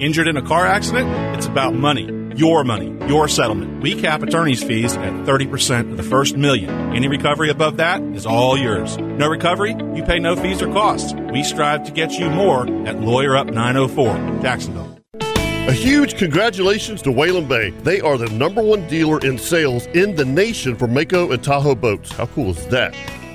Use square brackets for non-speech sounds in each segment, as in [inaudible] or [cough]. Injured in a car accident? It's about money. Your money, your settlement. We cap attorney's fees at 30% of the first million. Any recovery above that is all yours. No recovery? You pay no fees or costs. We strive to get you more at Lawyer Up 904, Jacksonville. A huge congratulations to Whalen Bay. They are the number one dealer in sales in the nation for Mako and Tahoe boats. How cool is that?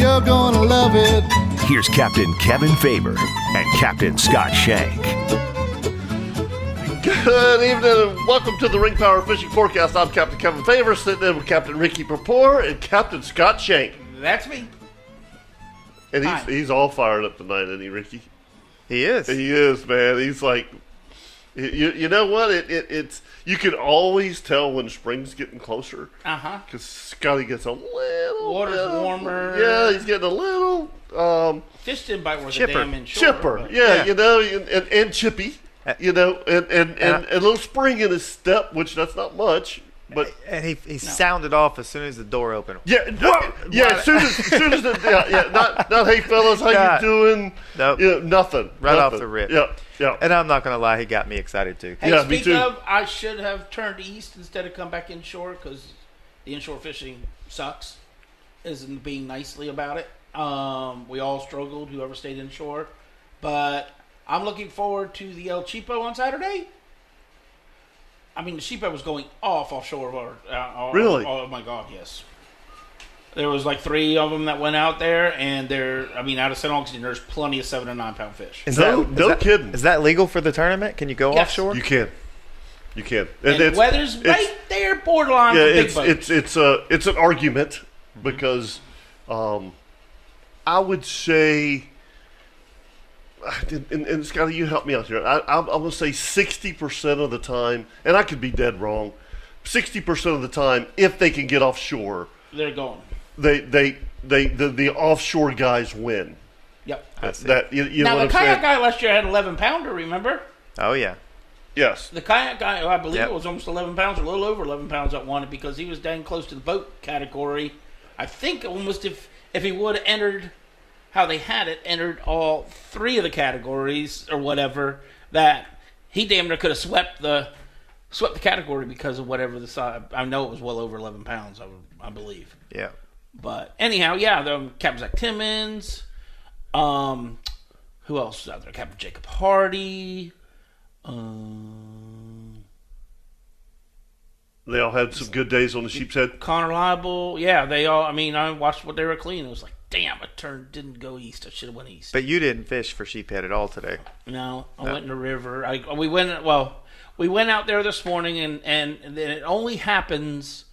You're gonna love it. Here's Captain Kevin Faber and Captain Scott Shank. Good evening and welcome to the Ring Power Fishing Forecast. I'm Captain Kevin Favor, sitting in with Captain Ricky Perpour and Captain Scott Shank. That's me. And he's, Hi. he's all fired up tonight, isn't he, Ricky? He is. He is, man. He's like, you, you know what? It, it, it's You can always tell when spring's getting closer Uh huh. because Scotty gets a little. Water's bit- warmer. Yeah, he's getting a little um, Just didn't bite worth Chipper. a damn in short, chipper. but- yeah, yeah. you know, and, and, and chippy. You know, and, and, and, and a little spring in his step, which that's not much, but And he, he sounded off as soon as the door opened. Yeah, no, yeah. As soon as, as soon as, the, yeah, yeah, not, not, hey fellas, how Nah. you doing? Nope. Yeah, nothing. Right off nothing. the rip. Yeah, yeah. And I'm not going to lie, he got me excited too. Hey, Yeah, me speak too. of, I should have turned east instead of come back inshore because the inshore fishing sucks. Isn't being nicely about it. Um, we all struggled, whoever stayed inshore. But I'm looking forward to the El Cheapo on Saturday. I mean, the Cheapo was going off offshore. Or, uh, oh, Really? Oh, my God, yes. There was like three of them that went out there, and they're, I mean, out of St. Augustine, there's plenty of seven and nine pound fish. Is No- that, no is that- kidding. Is that legal for the tournament? Can you go Yes. offshore? you can, you can. And, the weather's it's- right there, borderline Yeah, for big Mm-hmm. it's it's boats. it's a it's an argument because, um, I would say. [sighs] And, and Scotty, you help me out here. I, I'm, I'm going to say 60% of the time, and I could be dead wrong, 60% of the time, if they can get offshore, They're going. they they they the, the offshore guys win. Yep. That you, you know now what the I'm kayak saying? guy last year had an 11 pounder. Remember Oh, yeah. yes, the kayak guy? I believe Yep. it was almost 11 pounds, or a little over 11 pounds. That won it because he was dang close to the boat category. I think almost if if he would have entered how they had it, entered all three of the categories or whatever, that he damn near could have swept the swept the category because of whatever the size. I know it was well over 11 pounds. I, would- I believe. Yeah. But anyhow, yeah, the um, Captain Zach Timmons. Um, who else was out there? Captain Jacob Hardy. Um, they all had some good days on the sheep's head. Connor Liable. Yeah, they all. I mean, I watched what they were cleaning. It was like, damn, I turned didn't go east. I should have went east. But you didn't fish for sheephead at all today. no, I went in the river. I we went well. We went out there this morning, and and then it only happens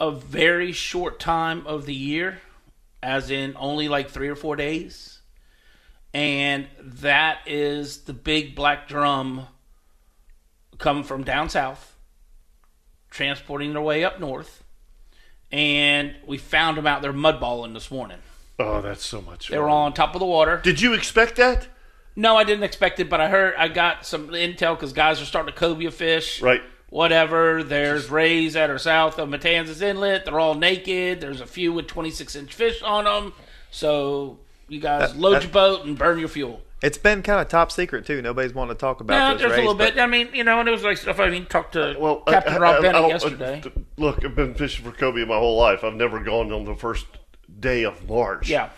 a very short time of the year, as in only like three or four days. and that is the big black drum come from down south transporting their way up north and we found them out there mudballing this morning Oh, that's so much. they fun. were all on top of the water Did you expect that? no i didn't expect it but i heard i got some intel because guys are starting to cobia fish Right. whatever there's rays that are south of matanzas inlet they're all naked there's a few with 26 inch fish on them so you guys That- load that- your boat and burn your fuel It's been kind of top secret, too. Nobody's wanting to talk about No, those there's a rays, little but bit. I mean, you know, and it was like stuff. I mean, talked to Well, uh, I- Captain I- I- Rob I Bennett don't- yesterday. uh, look, I've been fishing for cobia my whole life. I've never gone on the first day of March. Yeah.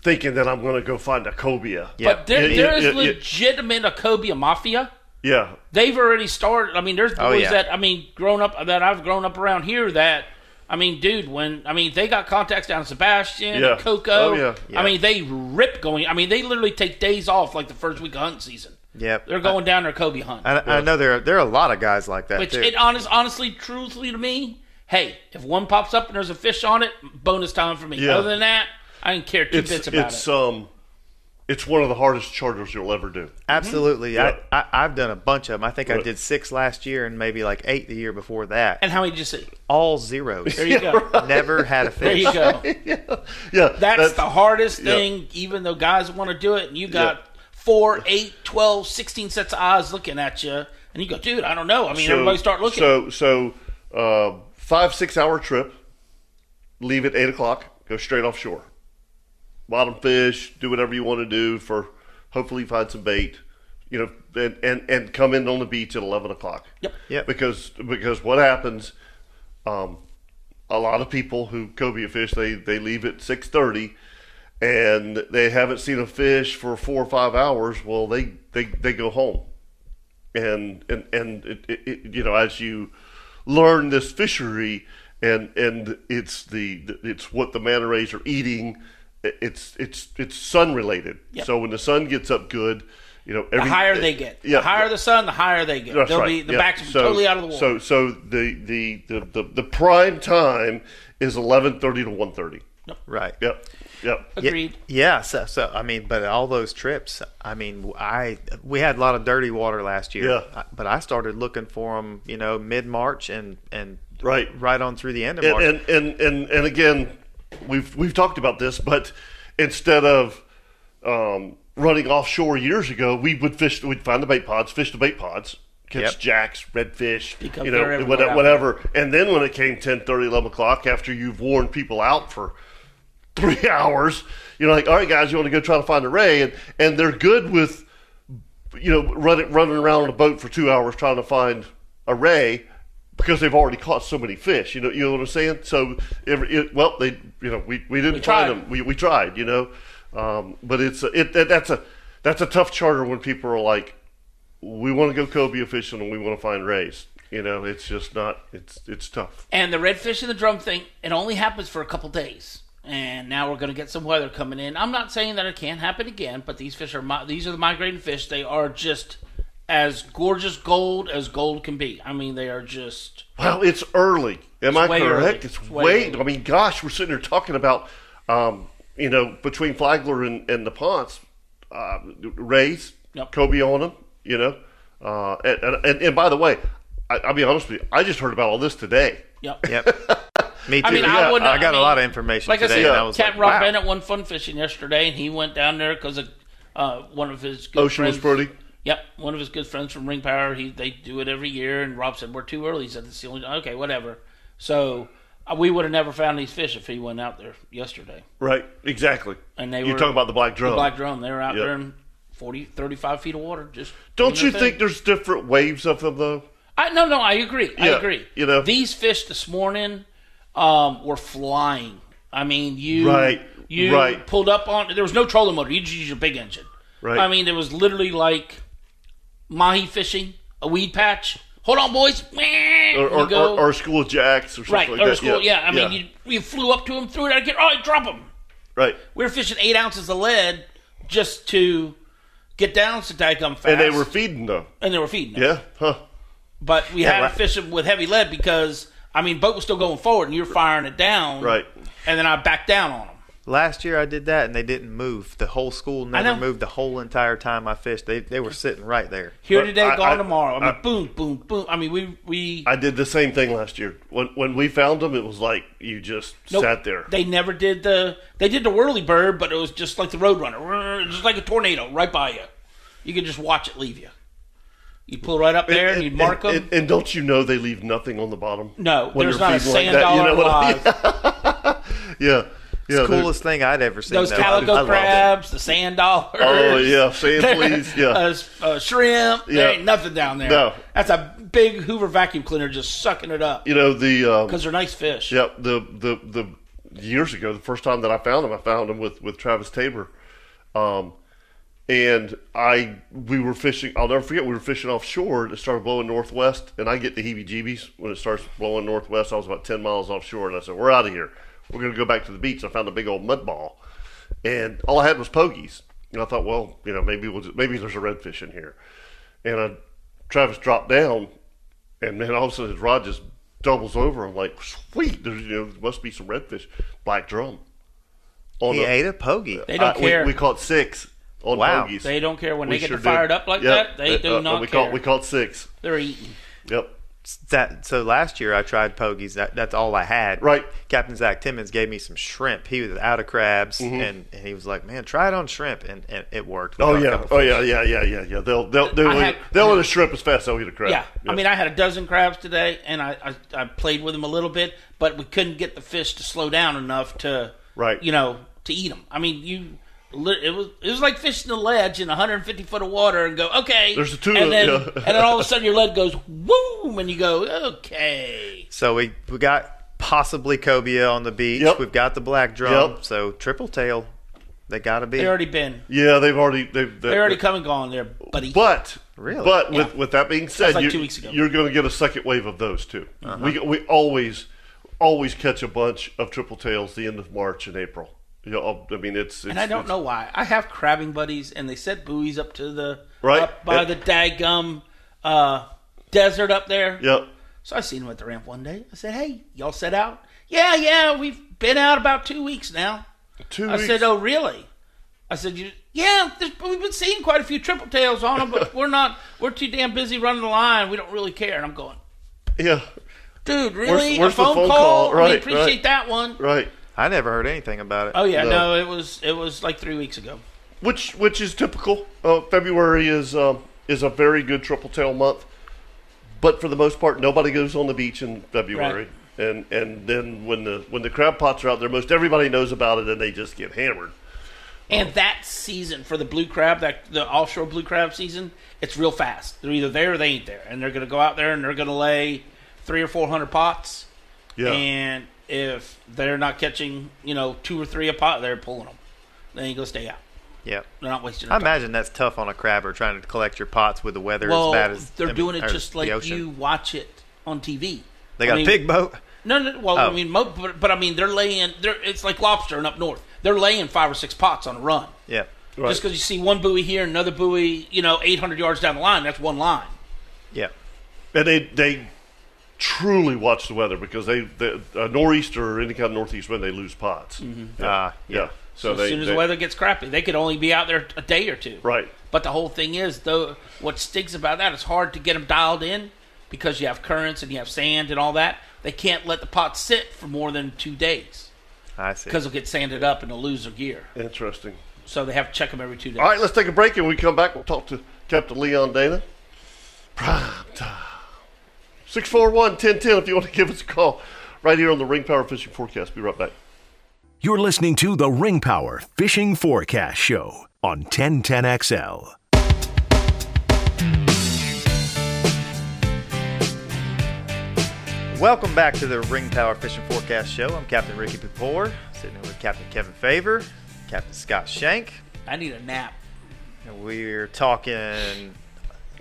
Thinking that I'm going to go find a cobia. Yeah. But there, Yeah, there yeah, is yeah, yeah. legitimate a Cobia mafia. Yeah. they've already started. I mean, there's boys Oh, yeah. that I mean, grown up that I've grown up around here that I mean, dude, when I mean they got contacts down in Sebastian, Yeah. Coco. Oh, yeah. Yeah. I mean, they rip going. I mean, they literally take days off like the first week of hunt season. Yep. they're going down their Kobe hunt. I, I know there are, there are a lot of guys like that which too. it honest, honestly, truthfully to me, hey, if one pops up and there's a fish on it, bonus time for me. Yeah. Other than that, I didn't care two It's bits about it's it. um it's one of the hardest charters you'll ever do. [laughs] Mm-hmm. Absolutely. Yeah. I, I, I've done a bunch of them. I think I Right. did six last year and maybe like eight the year before that. and how many did you see? all zeros. [laughs] There you [laughs] go. Never had a There fish. you go. Yeah. That's, the hardest yeah. thing, even though guys want to do it, and you got four, eight, 12, 16 sets of eyes looking at you, and you go, dude, I don't know. I mean, everybody start looking. So so uh, five six hour trip. Leave at eight o'clock. Go straight offshore. Bottom fish. Do whatever you want to do for. Hopefully find some bait. You know, and and, and come in on the beach at eleven o'clock. Yep. Yep. Because because what happens? Um, a lot of people who cobia fish they they leave at six thirty. And they haven't seen a fish for four or five hours. Well, they, they, they go home and and and it, it, it, you know as you learn this fishery and and it's the it's what the manta rays are eating it's it's it's sun related Yep. so when the sun gets up good you know the every, eh, higher they get, uh, yeah, the higher the sun, the higher they get. that's They'll right, be the yeah. backs will be So- totally out of the water. so so the the the, the, the prime time is 11:30 to 1:30 Right. yep yep Ye- Agreed. Yeah, so, so I mean, but all those trips, I mean, I we had a lot of dirty water last year. Yeah. I- But I started looking for them, you know, mid March and and Right. right on through the end of March. and, and and and and again, we've we've talked about this, but instead of um, running offshore years ago, we would fish. We'd find the bait pods, fish the bait pods, catch Yep. jacks, redfish, Because you they're know, everywhere whatever, out whatever. And then when it came 10, 11 o'clock, after you've worn people out for [laughs] three hours, you're like, all right, guys, you want to go try to find a ray, and and they're good with you know, running running around on a boat for two hours trying to find a ray because they've already caught so many fish. You know, you know what I'm saying? So, every, it, well, they, you know, we, we didn't tried. find them. We, we tried, you know, um, but it's a, it that, that's a that's a tough charter when people are like, we want to go cobia fishing and we want to find rays. You know, it's just not. It's it's tough. And the redfish and the drum thing, it only happens for a couple days. And now we're going to get some weather coming in. I'm not saying that it can't happen again, but these fish are mi- these are the migrating fish. They are just as gorgeous gold as gold can be. I mean, they are just Well, it's early. Am I way correct? early. It's, It's way way. early. I mean, gosh, we're sitting here talking about, um, you know, between Flagler and, and the Ponce, uh, Rays, Yep. Kobe on them, you know. Uh, and, and, and, and by the way, I, I'll be honest with you, I just heard about all this today. yep. yep. Me too. I mean, I wouldn't. I got mean, a lot of information Like today. I said, and I was Captain like, Rob wow. Bennett went fun fishing yesterday, and he went down there because of uh, one of his good Ocean was friends. pretty. Yep, one of his good friends from Ring Power. He they do it every year, and Rob said we're too early. He said it's the only okay, whatever. So uh, we would have never found these fish if he went out there yesterday. Right, exactly. And they You're were- talking about the black drum. The black drum, they were out Yep. there in 40, 35 feet of water. Just Don't you doing their thing. think there's different waves of them though? I no no I agree I Yeah, agree. you know. these fish this morning um, were flying. I mean you Right, you right. pulled up on there was no trolling motor. You just used your big engine. Right. I mean it was literally like mahi fishing a weed patch. Hold on boys. Or, You or, go- or, or school of jacks or something right like or that. school yeah. I mean you you flew up to him threw it out again. Oh drop him. right. We were fishing eight ounces of lead just to get down to daggum fast. And they were feeding though. and they were feeding. them. Yeah, huh? But we had right. to fish it with heavy lead because I mean, boat was still going forward, and you're firing it down, Right. And then I backed down on them. Last year I did that and they didn't move. The whole school know. never moved the whole entire time I fished. They they were sitting right there. Here But today, I- gone I- tomorrow. I mean, I- boom, boom, boom. I mean, we we I did the same thing last year. When when we found them, it was like you just nope. sat there. They never did the they did the whirly bird, but it was just like the roadrunner, just like a tornado right by you. You could just watch it leave you. You pull right up there, and, you mark them. and, and don't you know they leave nothing on the bottom? no, when there's you're not a feeding like sand that, dollar what I mean? alive. Yeah, yeah. It's the coolest thing I'd ever seen. Those though. I calico loved it. crabs, the sand dollars. Oh, yeah, sand [laughs] fleas, yeah. uh, uh, shrimp. There Yeah. ain't nothing down there. No. that's a big Hoover vacuum cleaner just sucking it up You know the um, because they're nice fish. Yeah, the the the years ago, the first time that I found him, I found him with with Travis Tabor, um, and I we were fishing. I'll never forget. We were fishing offshore. and It started blowing northwest, and I get the heebie-jeebies when it starts blowing northwest. I was about ten miles offshore, and I said, "We're out of here. We're going to go back to the beach." I found a big old mud ball, and all I had was pogies. And I thought, well, you know, maybe we'll just, maybe there's a redfish in here. And I, Travis dropped down, and then all of a sudden his rod just doubles over. I'm like, sweet, there's, you know, there must be some redfish. Black drum. On He a- ate a pogie. They don't I- we- care. We, caught six on Wow. bogeys. They don't care when they get sure fired did. up like Yep. that. They do Uh, uh, not we care. Caught, we caught six. They're eating. Yep. That so last year I tried pogies. That, that's all I had. Right. Captain Zach Timmons gave me some shrimp. He was out of crabs, and, and he was like, "Man, try it on shrimp," and, and it worked. We Mm-hmm. Oh got a yeah. couple Oh yeah. Yeah. Yeah. Yeah. Yeah. They'll they'll they'll, had- they'll eat a shrimp as fast as they'll eat a crab. Yeah. I mean, I had a dozen crabs today, and I, I I played with them a little bit, but we couldn't get the fish to slow down enough to Right. you know to eat them. I mean, you li- it was it was like fishing a ledge in 150 foot of water and go okay. There's a tuna, and then, yeah. [laughs] and then all of a sudden your lead goes boom, and you go okay. So we we got possibly cobia on the beach. Yep. We've got the black drum. Yep. So triple tail, they gotta be. They already been. yeah. They've already they've They already come and gone there, buddy. But Really? but with with that being said, like you, two weeks ago. you're going to get a second wave of those too. We we always always catch a bunch of triple tails the end of March and April. You know, I mean, it's, it's and I don't know why. I have crabbing buddies, and they set buoys up to the Right. up by It- the daggum uh, desert up there. Yep. So I seen him at the ramp one day. I said, "Hey, y'all set out? Yeah, yeah. We've been out about two weeks now." Two I weeks. said, "Oh, really?" I said, you, "Yeah, there's- but we've been seeing quite a few triple tails on [laughs] them, but we're not. We're too damn busy running the line. We don't really care." And I'm going, yeah. "Dude, really? where's a the phone, phone call? call? I mean, Right, appreciate right. that one." Right. I never heard anything about it. Oh yeah, No. no. it was it was like three weeks ago. which which is typical. Uh, February is um, is a very good triple tail month, but for the most part, nobody goes on the beach in February. And and then when the when the crab pots are out there, most everybody knows about it, and they just get hammered. And that season for the blue crab, that the offshore blue crab season, it's real fast. They're either there or they ain't there, and they're gonna go out there and they're gonna lay three or four hundred pots. Yeah, And if they're not catching, you know, two or three a pot, they're pulling them. They ain't gonna stay out. Yep. They're not wasting. Their I time. imagine that's tough on a crabber trying to collect your pots with the weather well, as bad as they're I mean, doing it or just the like ocean. you watch it on TV. They I got mean- a big boat. No, no. Well, Oh. I mean, mo- but, but I mean, they're laying. They're it's like lobster and up north. They're laying five or six pots on a run. Yep. Just because you see one buoy here, another buoy, you know, 800 yards down the line, that's one line. Yep. and they they truly watch the weather because they, they a nor'easter or any kind of northeast wind they lose pots. Yeah. Ah, yeah. So, Mm-hmm. So they, as soon as they- the weather gets crappy, they could only be out there a day or two. right. But the whole thing is, though, what stinks about that, it's hard to get them dialed in because you have currents and you have sand and all that. They can't let the pot sit for more than two days I see. because they'll get sanded up and they'll lose their gear. Interesting. So they have to check them every two days. All right, let's take a break, and when we come back, we'll talk to Captain Leon Dana. Prime time. 641 1010 if you want to give us a call right here on the Ring Power Fishing Forecast. Be right back. You're listening to the Ring Power Fishing Forecast Show on 1010XL. Welcome back to the Ring Power Fishing Forecast Show. I'm Captain Ricky Pipour, sitting here with Captain Kevin Favor, Captain Scott Shank, I need a nap. and we're talking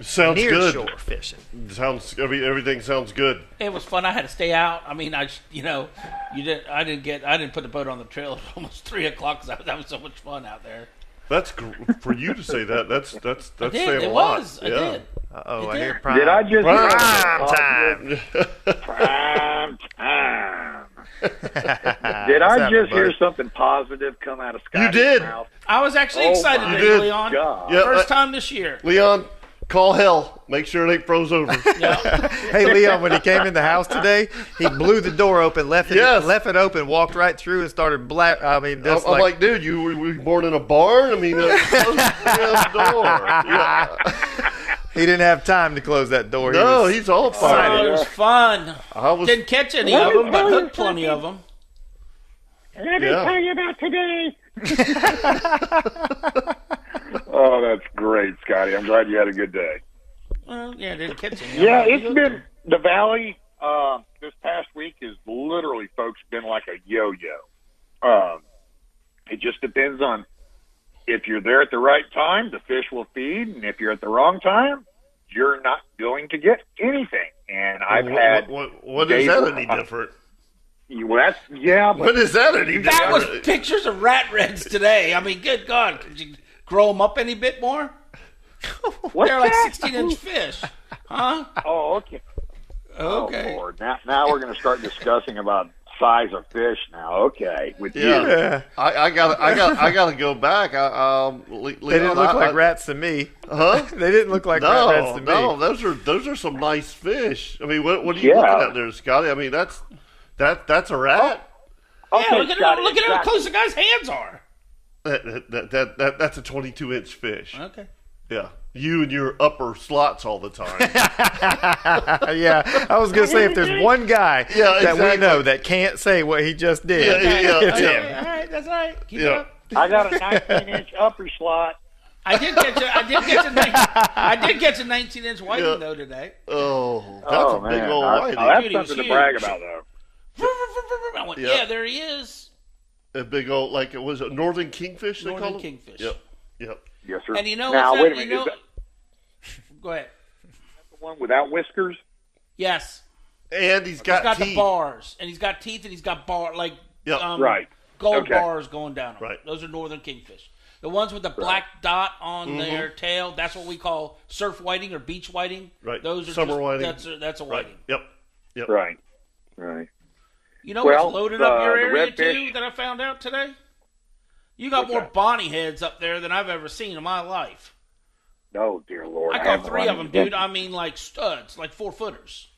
Sounds near good. shore fishing. Sounds every, everything sounds good. It was fun. I had to stay out. I mean, I sh- you know, you didn't. I didn't get. I didn't put the boat on the trail at [laughs] almost three o'clock because I was having so much fun out there. That's gr- for you to say that. That's that's that's did. saying It a lot. was. I Yeah. did. Uh oh, It I did. hear prime. Did I just Prime time. Prime time. Did I happening, just hear buddy? something positive come out of Scott's did. mouth? I was actually Oh, excited, my to be Leon. God. Yeah, First uh, time this year. Leon, call hell. Make sure it ain't froze over. Hey Oh, Leon, when he came in the house today, he blew the door open, left it Yes. left it open, walked right through, and started black. I mean, I'm, just I'm like, like, dude, you were, were you born in a barn? I mean, uh, close the damn door. Yeah. he didn't have time to close that door. He No, was- he's all Oh, fired. it was fun. I was Didn't catch any of Let them, me but tell you hooked plenty of them. Let me Yeah. tell you about today. Oh, that's great, Scotty. I'm glad you had a good day. Well, yeah, didn't catch any. Yeah, of them. it's been the valley. Um, Uh, this past week has literally, folks, been like a yo-yo. Um, it just depends on if you're there at the right time, the fish will feed, and if you're at the wrong time, you're not going to get anything. And I've Wh- had wh- wh- what is days- that any different? You- Well, that's yeah, but [laughs] What is that any different? That was pictures of rat reds today. I mean, good God, could you grow them up any bit more? what's They're like that? 16 inch fish. Huh? Oh, okay. Okay. Oh, Lord. Now, now we're going to start discussing about size of fish. Now, okay, with Yeah, you. I, I got, I got, I got to go back. I, um, they They didn't look like rats to me. huh? [laughs] They didn't look like rat rats No, to me. no, those are those are some nice fish. I mean, what, what are you Yeah. looking at there, Scotty? I mean, that's that that's a rat. yeah, Okay, look at, Scotty, how, look at how exactly. close the guy's hands are. That, that, that, that that's a twenty-two inch fish. Okay. Yeah, you and your upper slots all the [laughs] time. [laughs] yeah, I was gonna say if there's one guy Yeah, that exactly. we know that can't say what he just did, Yeah, [laughs] yeah, it's yeah. him. All right, that's all right. Keep it yeah, up. I got a 19 inch upper slot. I did catch a, I did catch a, 19, I did catch a 19 inch whiting Yeah. though today. oh, that's oh a man, oh, big old Now, whitey. now that's Dude, he was something to huge. brag about, though. I went, Yeah. yeah, there he is, a big old like it was a northern kingfish. They Northern call 'em? kingfish. Yep, yep. Yes, sir. And you know now what's wait that- a minute. you know- Is [laughs] that Go ahead. the one without whiskers? Yes, And he's he's got, got teeth. the bars, and he's got teeth, and he's got bar like Yeah. um, Right. gold Okay. bars going down. 'em. Right. Those are northern kingfish. The ones with the black dot on Mm-hmm. their tail, that's what we call surf whiting or beach whiting. Right. Those are Summer just- whiting. That's a, that's a Right. whiting. Yep. Right. Right. You know Well, what's loaded the- up your the area red fish- too that I found out today? You got What's more that? Bonnie heads up there than I've ever seen in my life. Oh dear Lord. I have caught three one of them, in- dude. I mean, like studs, like four footers.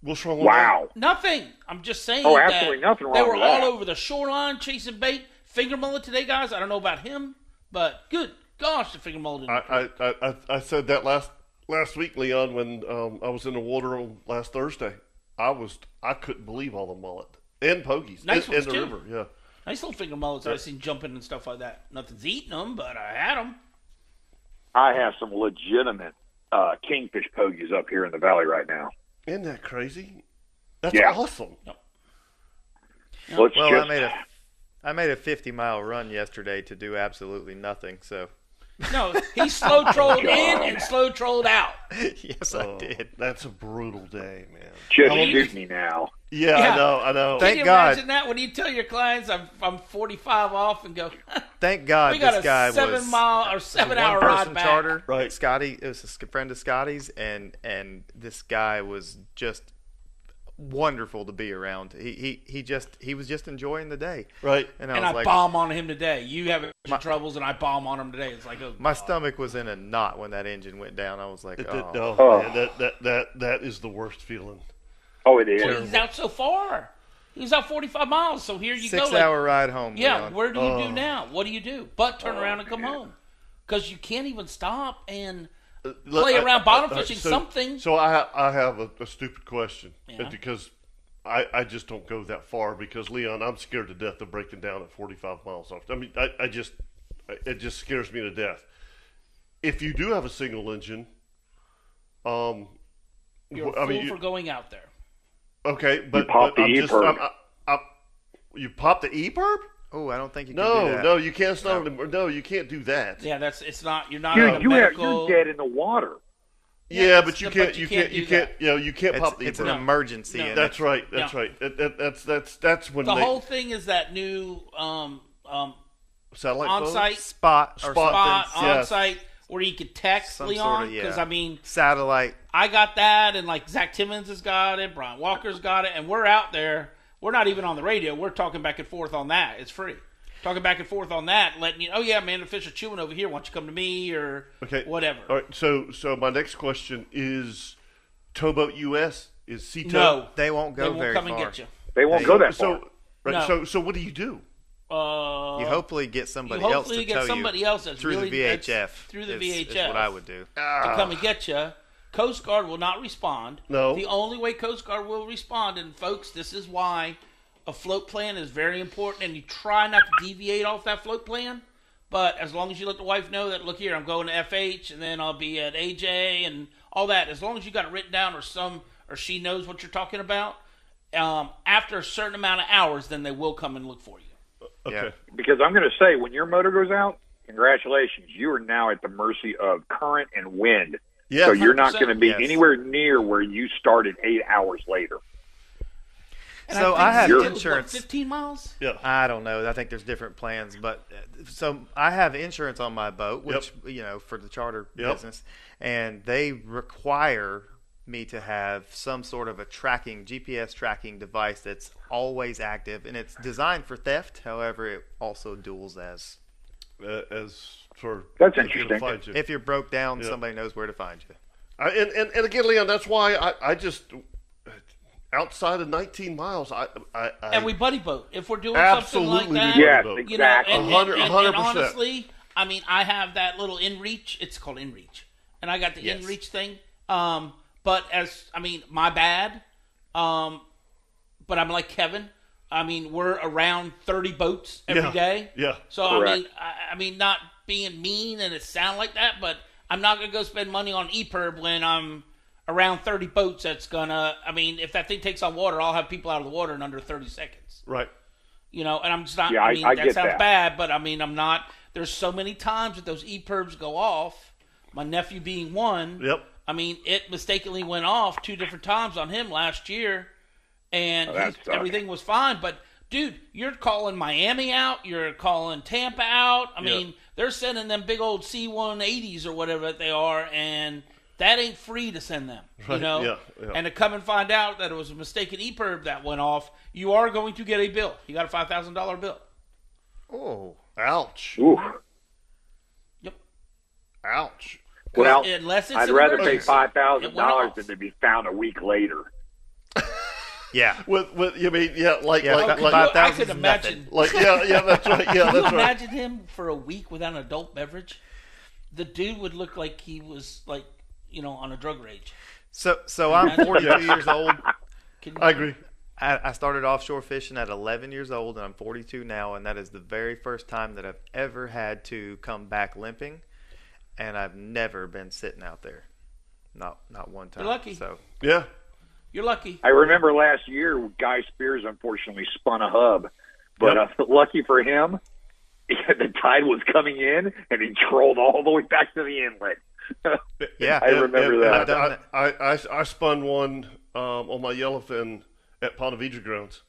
What's wrong with Wow. Nothing. I'm just saying. Oh, that absolutely nothing wrong They were with all that. over the shoreline chasing bait. Finger mullet today, guys. I don't know about him, but good gosh, the finger mullet. Uh, that? I, I, I- I, I said that last last week, Leon, when um, I was in the water on last Thursday. I was I couldn't believe all the mullet and pogies Nice in, in ones, the too. river. Yeah. nice little finger mullets I've seen jumping and stuff like that. Nothing's eating them, but I had them. I have some legitimate uh, kingfish pogies up here in the valley right now. Isn't that crazy? That's Yeah. awesome. Well, it's Well, just, I made a I made a 50 mile run yesterday to do absolutely nothing. So No, he [laughs] Oh, slow trolled in and slow trolled out. [laughs] yes, Oh, I did. That's a brutal day, man. just Well, shoot me now. Yeah, Yeah. I know, I know. Thank Can you God. imagine that when you tell your clients I'm I'm 45 off and go, [laughs] Thank God we got this a guy seven was mile or seven hour one ride person back. charter. Right. Scotty it was a sc- friend of Scotty's, and and this guy was just wonderful to be around. He he he just he was just enjoying the day. Right. And I And was I like, bomb on him today. You have troubles, and I bomb on him today. It's like, oh, my stomach was in a knot when that engine went down. I was like, It- it- oh. no, Oh. man, that, that that that is the worst feeling. Oh, it is. Well, he's out so far. He was out 45 miles, so here you Six go. like, hour ride home. yeah, Leon. Oh. where do you do now? What do you do? But turn around and come home. Because you can't even stop and play around bottom fishing uh, so, something. So I I have a, a stupid question Yeah. because I, I just don't go that far because Leon I'm scared to death of breaking down at 45 miles off. I mean I, I just it just scares me to death. If you do have a single engine, um, you're wh- I a fool mean, you- for going out there. okay, but, pop but the I'm just e-perb. I'm, I, I, you pop the e perb? Oh, I don't think you can do No, that. no, you can't stop. No. no, you can't do that. Yeah, that's it's not. You're not. in a Dude, you have, medical, you're dead in the water. Yeah, Yeah, but you but can't. you you can't can't. do You can't. that. You know, you can't It's, pop the it's e-perb. an emergency. No. and That's right. That's No. right. That, that, that's that's that's when The they, whole thing is that new um, um, satellite on phones? site spot or Spot. spot something. on yes. site where you could text Some Leon. sorta, yeah. Because I mean, satellite. I got that, and like Zach Timmons has got it, Brian Walker's got it, and we're out there. We're not even on the radio. We're talking back and forth on that. It's free. Talking back and forth on that, letting you. Oh yeah, man, the fish are chewing over here. Why don't you come to me or Okay. whatever? All right. So so my next question is, Towboat US is CTO. no, They won't go they won't very come far. and get you. They won't So, go that far. so right, No. so so what do you do? Uh, You hopefully get somebody you else hopefully to get tell somebody you else that's through really- the that's- VHF. through the is- is VHF. what I would do. Ah, to come and get you. Coast Guard will not respond. No. The only way Coast Guard will respond, and folks, this is why a float plan is very important, and you try not to deviate off that float plan. But as long as you let the wife know that, look here, I'm going to FH, and then I'll be at AJ, and all that. As long as you got it written down, or some, or she knows what you're talking about. Um, after a certain amount of hours, then they will come and look for you. Okay. Because I'm going to say, when your motor goes out, Congratulations, you are now at the mercy of current and wind. Yeah. so you're not 100%, going to be yes. anywhere near where you started eight hours later. And So think I have it was, what, insurance. Fifteen miles. I don't know. I think there's different plans, but uh, so I have insurance on my boat, which you know for the charter Yep. business, and they require me to have some sort of a tracking GPS tracking device that's always active, and it's designed for theft. However, it also duels as uh, as sort of That's if you interesting. find you. if you're broke down, somebody knows where to find you. I, and, and and again, Leon, that's why I, I just outside of 19 miles, I I, I And we buddy boat if we're doing Absolutely something like that. we Yes, buddy boat. You know, and, exactly. and- A hundred- and- a hundred and percent. honestly, I mean, I have that little InReach. It's called InReach, and I got the Yes. InReach thing. Um, but as I mean, my bad. Um, but I'm like Kevin. I mean, we're around 30 boats every Yeah. day. Yeah. So I Correct. mean, I, I mean, not being mean and it sound like that, but I'm not gonna go spend money on EPIRB when I'm around 30 boats. That's gonna. I mean, if that thing takes on water, I'll have people out of the water in under 30 seconds. right. You know, and I'm just not. Yeah, I I- mean, I that get sounds that. bad, but I mean, I'm not. There's so many times that those EPIRBs go off. My nephew being one. Yep. I mean, it mistakenly went off two different times on him last year, Oh, and that he- sucks. everything was fine. But dude, you're calling Miami out, you're calling Tampa out. I mean, they're sending them big old C180s or whatever that they are, and that ain't free to send them. You Right, know, yeah, yeah. and to come and find out that it was a mistaken EPIRB that went off, you are going to get a bill. You got a five thousand dollar bill. Oh, Ouch. Ooh. Yep. Ouch. Well, Unless it's I'd an rather pay emergency. five It thousand went dollars off. than to be found a week later. yeah. With with you mean yeah like Yeah, like Could fi- you- like, five- I 5,000 could is nothing. imagine. like yeah yeah that's right yeah Can you that's [laughs] right. imagine him for a week without an adult beverage? The dude would look like he was like, you know, on a drug rage. So so I'm 42 years old. [laughs] Can, I agree. I, I started offshore fishing at 11 years old, and I'm 42 now, and that is the very first time that I've ever had to come back limping, and I've never been sitting out there, not not one time. lucky. So Yeah. You're lucky. I remember last year, Guy Spears unfortunately spun a hub, but Yep. uh, [laughs] lucky for him, the tide was coming in and he trolled all the way back to the inlet. yeah, I remember And- and that. done I, I, I, I spun one um, on my yellowfin at Ponte Vedra grounds,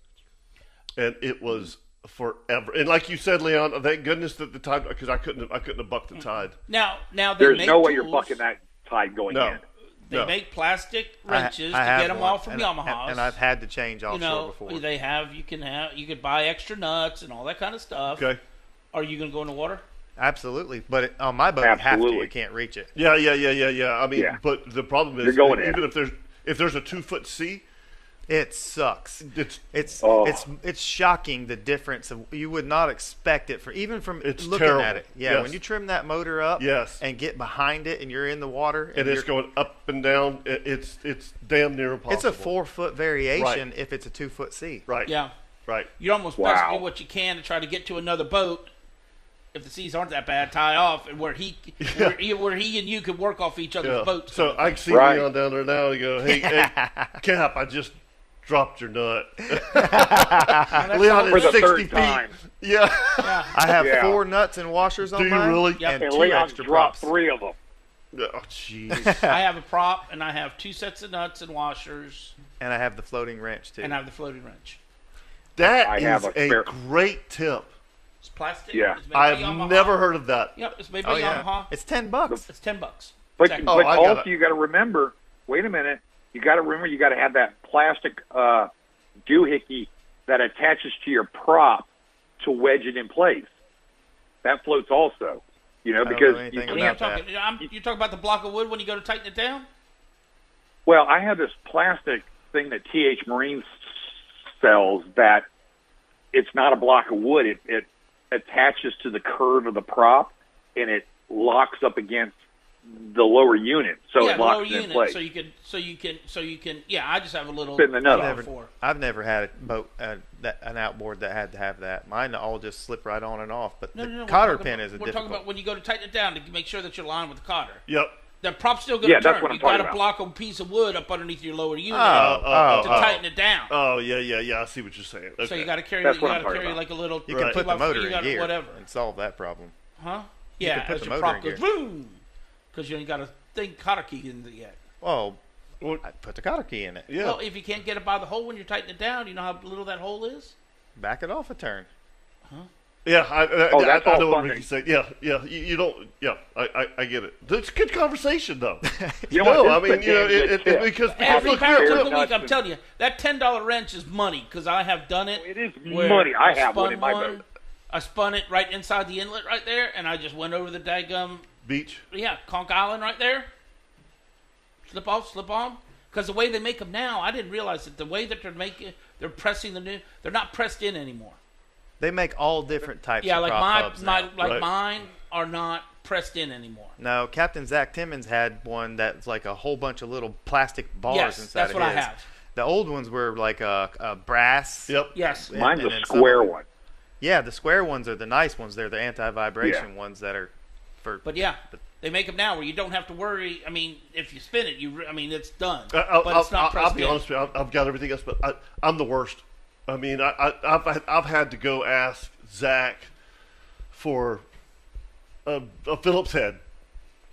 and it was forever. And like you said, Leon, thank goodness that the tide because I couldn't have, I couldn't have bucked the tide. Now, now they There's make no way you're tools. bucking that tide going No, in. They no. make plastic I- wrenches I to have get them one, off from and, Yamaha's. and, and I've had to change you offshore know, before. they have. You can have. You could buy extra nuts and all that kind of stuff. Okay. Are you gonna go in the water? Absolutely, but it, on my boat, you have to. Absolutely. You can't reach it. Yeah, yeah, yeah, yeah, yeah. I mean, Yeah. but the problem is, You're going in. even if there's if there's a two foot sea, It sucks. it's It's Oh. it's it's shocking the difference of you would not expect it for even from It's looking at terrible. it. Yeah, Yes. when you trim that motor up Yes. and get behind it and you're in the water and you're, it's going up and down. It, it's it's damn near impossible. it's a four foot variation Right. if it's a two foot sea. Right. Yeah. Right. You're almost best Wow. to do what you can to try to get to another boat. If the seas aren't that bad, tie off, and where [laughs] he, where, he- where he and you could work off each other's Yeah. boats. So I can see Right. Leon down there now and go, [laughs] hey, hey, Cap, I just dropped your nut. Leon For is the third sixty feet. time. [laughs] Yeah. I have Yeah. four nuts and washers on Do you mine really? Yep. and, And two Leon extra dropped props. three of them. Oh, [laughs] jeez. I have a prop and I have two sets of nuts and washers And I have the floating wrench too. and I have the floating wrench. That I is have a a, spare- great tip. It's plastic. Yeah. It's made by I've Yamaha. never heard of that. Yep, it's made by oh yeah, Yamaha. It's, it's ten bucks. ten bucks. But, Exactly. Oh, but I got also it. you got to remember. Wait a minute. You got to remember. You got to have that plastic uh, doohickey that attaches to your prop to wedge it in place. That floats also. You know don't know because anything you When can't you're about that. talking, I'm, you're talking about the block of wood when you go to tighten it down. Well, I have this plastic thing that TH Marine sells that it's not a block of wood. It, it attaches to the curve of the prop and it locks up against the lower unit, so yeah, it the locks lower it in unit. place. So you can, so you can, so you can. Yeah, I just have a little. Spin the nut off. Never- Four. I've never had a boat uh, that, an outboard that had to have that. Mine all just slip right on and off. But No, the no, no. we're cotter talking pin about- is a We're difficult. talking about when you go to tighten it down to make sure that you're aligned with the cotter. Yep. The prop's still going to Yeah, turn. that's what I'm you got talking to about. block a piece of wood up underneath your lower unit Oh, oh, to oh. tighten it down. Oh yeah, yeah, yeah. I see what you're saying. Okay. So you got to carry, That's you what I'm got to talking carry about. like a little. You Right. can put Well, the motor you in gotta- gear whatever. and solve that problem. Huh? yeah, can put as the your motor prop in goes boom, because you ain't got a thing cotter key in it yet. Well, Well, I put the cotter key in it. yeah. Well, if you can't get it by the hole when you're tightening it down, you know how little that hole is. Back it off a turn. Yeah, I, I, Oh, I- that's I, all know what funding. Ricky's saying. Yeah, yeah, you, you don't. Yeah, I, I, I get it. It's good conversation though. [laughs] You know no, what? I This is mean, a you know, damn it, good it, tip. it, because because Every look, power look, of you're the not week, I'm the- telling you, that ten dollar wrench is money because I have done it. It is where money. I have spun one in my boat. I spun it right inside the inlet right there, and I just went over the daggum beach. yeah Conch Island right there. Slip off, slip on. Because the way they make them now, I didn't realize that the way that they're making, they're pressing the new, they're not pressed in anymore. They make all different types Yeah, of like prop my, hubs my now. like Right. mine are not pressed in anymore. No, Captain Zach Timmons had one that's like a whole bunch of little plastic bars Yes, inside that's of what I his. have. The old ones were like a, a brass. Yep. Yes. Yeah. Mine's and then a square some- one. Yeah, the square ones are the nice ones. They're the anti-vibration Yeah. ones that are for. But yeah, they make them now where you don't have to worry. I mean, if you spin it, you re- I mean, it's done. I, Uh, I'll, but it's I'll, not I'll, pressed I'll be in. honest with you. I've, I've got everything else, but I, I'm the worst. I mean, I, I, I've had- I've had to go ask Zach for a, a Phillips head.